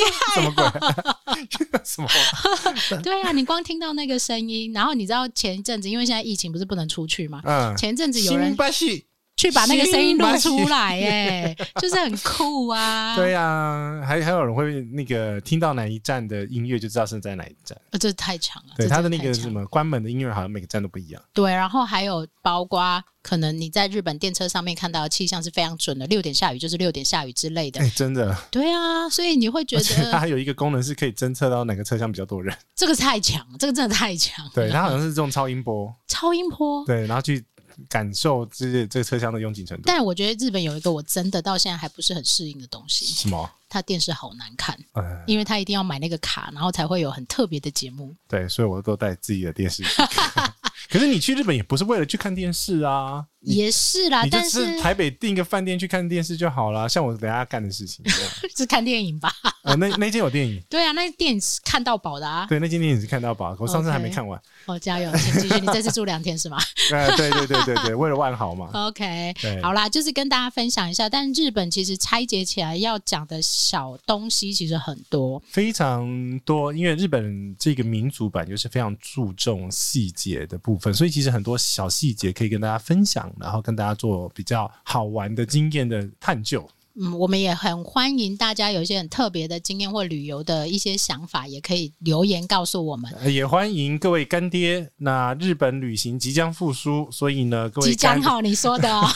<laughs> 什
害！
么鬼？
<laughs>
什么？ <laughs>
对啊，你光听到那个声音，然后你知道前一阵子，因为现在疫情不是不能
<laughs>
出去嘛，
嗯，
前一阵子有
新
人
巴西，
去把那个声音录
新
出
<laughs>
来、耶，就是很酷啊。
对呀、还还有人会那个听到哪一站的音乐就知道是在哪一站。
呃，这太长了。
对，
这
他的
真
那
太
个
长
什么关门的音乐好像每个站都不
<laughs>
一样。
对，啊然后还有包括可能你在日本电车上面看到的气象是非常准的，六点下雨就是六点下雨之类的。
哎、真的， <laughs>
对啊，所以你会觉
而且它
得
还有一个功能是可以侦测到哪个车厢比较多人。
这个太强，这个真的太强。
对，它好像是这种超音波，
超音 <laughs> 波。
对，然后去感受这些这个车厢的拥挤程度。
但我觉得日本有一个我真的到现在还不是很适应的东西，
什么？
它电视好难看，
呃，
因为它一定要买那个卡，然后才会有很特别的节目。
对，所以我都带自己的电视去看。可是你去日本也不是为了去看电视啊，
也是啦
你，就
但是
是台北订一个饭店去看电视就好啦。像我等一下干的事情一样，
是看电影吧？ <laughs>
呃，那 <laughs> 那间有电影，
对啊，那电影是看到饱的啊。
对，那间电影是看到吧？我上次还没
OK
看完。
哦，加油，请继续。你这次住两天是吗 <laughs>
呃，对对对对对，为了万豪
哦
嘛。
？OK，
<laughs> 对，
好啦，就是跟大家分享一下。但日本其实拆解起来要讲的小东西其实很多，
非常多，因为日本这个民族版就是非常注重细节的部分，所以其实很多小细节可以跟大家分享，然后跟大家做比较好玩的经验的探究。
嗯，我们也很欢迎大家有一些很特别的经验或旅游的一些想法，也可以留言告诉我们。
呃也欢迎各位干爹，那日本旅行即将复苏，所以呢，各位
即将
干
<laughs> 哈，你说的、哦，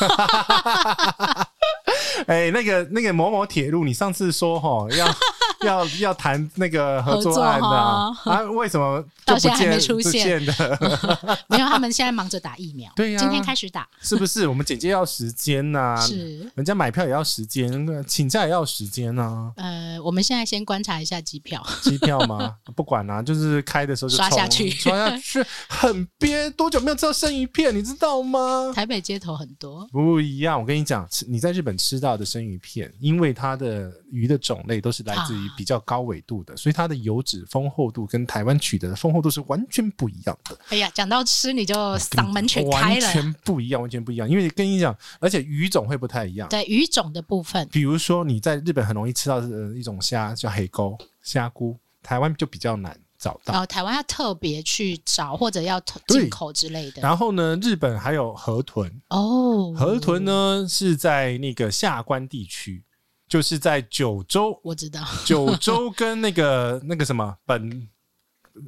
哎、那个那个某某铁路，你上次说吼要 <laughs> 要要谈那个合作案的啊，
合
啊为什么就
到
不
现在还
见
没出
不
现
见的？
<laughs> 没有，他们现在忙着打疫苗，
对呀
今天开始打，
是不是？我们简介要时间呐、
是。
人家买票也要时间，请假也要时间呐、
呃，我们现在先观察一下机
<laughs>
票，
机票吗？不管啦、就是开的时候就
刷下
冲
去
刷下去，很憋。多久没有吃到生鱼片，你知道吗？
台北街头很多，
不一样，我跟你讲，吃你在日本吃到的生鱼片，因为它的鱼的种类都是来自于
啊
比较高纬度的，所以它的油脂丰厚度跟台湾取得的丰厚度是完全不一样的。
哎呀，讲到吃你就嗓门全开
完
了。
全不一样，完全不一样。因为跟你讲，而且鱼种会不太一样。
对鱼种的部分，
比如说你在日本很容易吃到的一种虾叫黑沟虾菇，台湾就比较难找到。
然后台湾要特别去找或者要特
对
进口之类的。
然后呢，日本还有河豚，
哦，
河豚呢是在那个下关地区，就是在九
<laughs>
州，
我知道，
九州跟那个那个什么本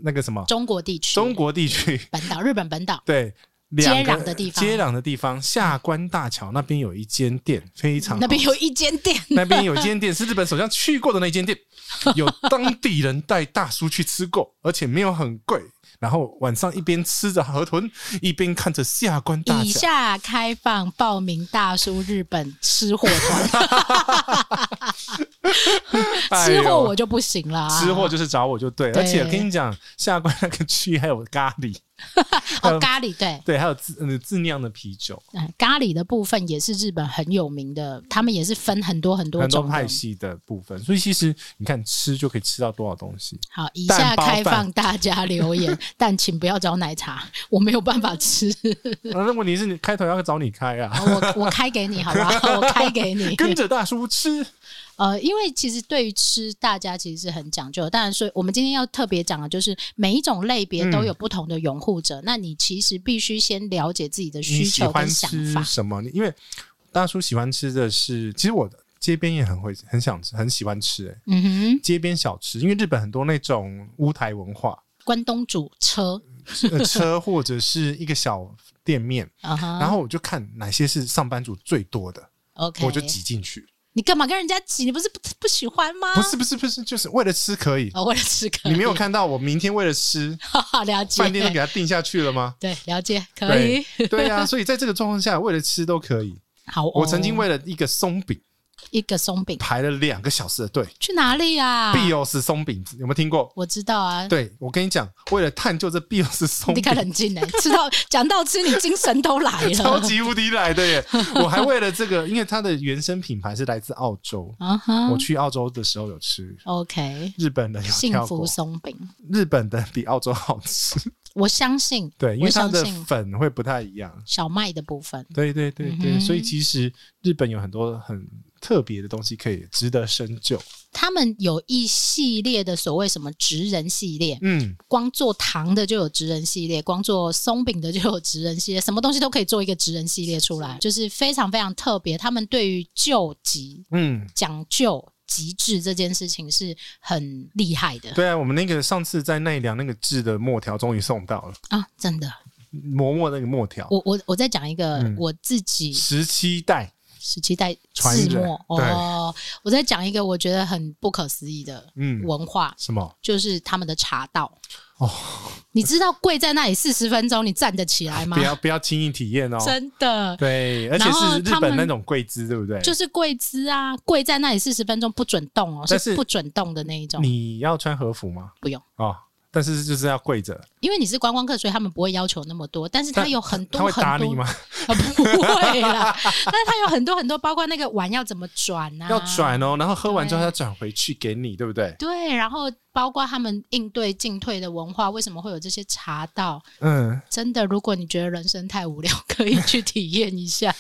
那个什么
中国地区，
中国地区，
本岛、日本本岛，
对。两个
壤的地方
接壤的地方，下关大桥那边有一间店，非常好
那边有一间店， <laughs>
那边有一间店是日本首相去过的那间店，有当地人带大叔去吃过，而且没有很贵。然后晚上一边吃着河豚，一边看着下关大
以
桥。
下开放报名大叔日本吃货团，
<laughs> 哎
吃
呦
货我就不行啊啦，
哎吃货就是找我就对，
对
而且我跟你讲，下关那个区还有咖喱，
哦咖喱对。
对，还有自呃自酿的啤酒，
嗯，咖喱的部分也是日本很有名的，他们也是分很多很多
很多
种的
派系的部分。所以其实你看吃就可以吃到多少东西。
好，以
蛋
下
包
开
饭
放大家
<laughs>
留言，但请不要找奶茶，我没有办法吃。
那问题是你开头要找你开啊，
我我开给你，好吧，
<laughs>
我开给哦你。
跟着大叔吃。
呃，因为其实对于吃，大家其实是很讲究的。当然，所以我们今天要特别讲的就是每一种类别都有不同的
嗯
拥护者。那你其实必须先了解自己的需
你喜
求
欢
跟想
吃
法。
什么？你因为大叔喜欢吃的是，其实我街边也很会很想吃，很喜欢吃、欸。
嗯哼，
街边小吃，因为日本很多那种乌台文化，
关东煮车，
呃、
<laughs>
车或者是一个小店面，
啊
嗯
哈，
然后我就看哪些是上班族最多的，
OK，
我就挤进去。
你干嘛跟人家挤？你不是不不喜欢吗？
不是不是不是，就是为了吃可以。
啊哦，为了吃可以，
你没有看到我明天为了
<laughs>
吃
了解
饭店都给他定下去了吗？
对了解可以，
对呀、所以在这个状况下，为了吃都可以。
好哦、
我曾经为了一个松饼
一个松饼
排了两个小时的队，
去哪里啊？
必欧斯松饼有没有听过？
我知道啊，
对，我跟你讲，为了探究这必欧斯松
你
饼
看，冷静哎，吃到讲到吃，你精神都来
<laughs>
了，
超级无敌来的耶！我还为了这个，因为它的原生品牌是来自澳洲，
啊哈
我去澳洲的时候有吃，
，OK，
日本的有
幸
跳过
福，松饼，
日本的比澳洲好吃， <laughs>
我相信
对，因
我
为它
相
的
信
粉会不太一样。
小麦的部分，
对对对
嗯
对，
哼
所以其实日本有很多很特别的东西可以值得深究。
他们有一系列的所谓什么职人系列，
嗯，
光做糖的就有职人系列，光做松饼的就有职人系列，什么东西都可以做一个职人系列出来，就是非常非常特别。他们对于救急
嗯，
讲究极致这件事情是很厉害的
对啊，我们那个上次在奈良那个制的墨条终于送到了，
啊！真的，
磨墨那个墨条，
我我我再讲一个、
嗯
我自己
十七代，
十七代
传
字
人
幕哦，我再讲一个我觉得很不可思议的
嗯，
文化，
什么？
就是他们的茶道。
哦，
你知道跪在那里四十分钟，你站得起来吗
不？要不要轻易体验哦。
真的，
对，而且
然后
是日
他
本
们
那种跪姿，对不对？
就是跪姿啊，跪在那里四十分钟不准动哦，
但是
是不准动的那一种，
你要穿和服吗？
不用，
哦，但是就是要跪着，
因为你是观光客，所以他们不会要求那么多，但是他
但
有很
他
多
会
很
打你
<laughs> 多，
吗？
啊不会啦， <laughs> 但是他有很多很多，包括那个碗要怎么转啊，
要转哦，然后喝完之后
对
他转回去给你，对不对？
对，然后包括他们应对进退的文化，为什么会有这些茶道？
嗯，
真的，如果你觉得人生太无聊，可以去体验一下。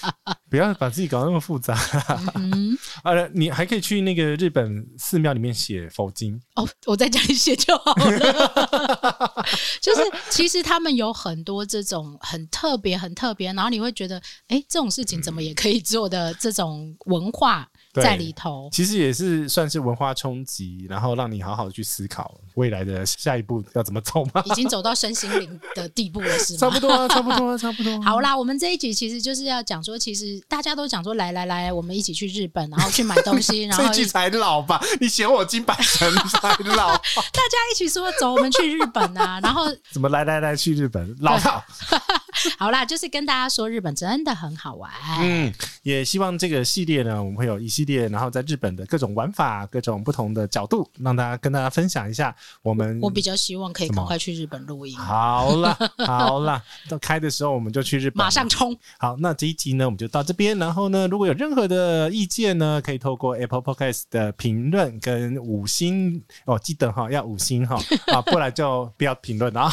不要把自己搞得那么复杂。 <laughs>
嗯，
呃，你还可以去那个日本寺庙里面写佛经，
哦，我在家里写就好了。 <laughs> 就是其实他们有很多这种很特别、很特别，然后你会觉得，哎、这种事情怎么也可以做的这种文化
嗯对
在里头。
其实也是算是文化冲击，然后让你好好去思考未来的下一步要怎么走吗？
已经走到身心灵的地步了，是吗？
差不多啊，差不多啊，差不多啊。
好啦，我们这一集其实就是要讲说，其实大家都讲说，来来来，我们一起去日本，然后去买东
<laughs>
西，然
这
后
一句才老吧？ <laughs> 你嫌我金百成才老？
大家一起说走，我们去日本啊。然后
<laughs> 怎么来来来去日本老套？
好啦，就是跟大家说，日本真的很好玩。
嗯，也希望这个系列呢，我们会有一系列，然后在日本的各种玩法、各种不同的角度，让大家跟大家分享一下我们。
我比较希望可以
什么
赶快去日本录
<laughs>
音，
好啦，好啦，到开的时候我们就去日本了，
马上冲。
好，那这一集呢，我们就到这边。然后呢，如果有任何的意见呢，可以透过 Apple Podcast 的评论跟五星哦，记得哈，要五星哈啊，不然就不要评论啊。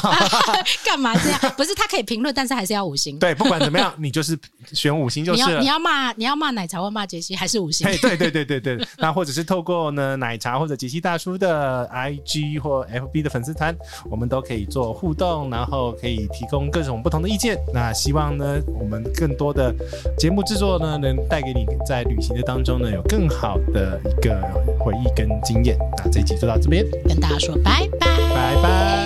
干嘛这样？不是他可以评论，但是还是要五星。
对，不管怎么样，你就是选五星就
你
是
要你
了。
要骂你要骂奶茶或骂杰西，还是五星
嘿，？对对对对对，那或者是透过呢奶茶或者杰西大叔的 IG 或 FB 的粉丝团，我们都可以做互动，然后可以提供各种不同的意见。那希望呢，我们更多的节目制作呢，能带给你在旅行的当中呢，有更好的一个回忆跟经验。那这一集就到这边，
跟大家说拜拜。
拜拜。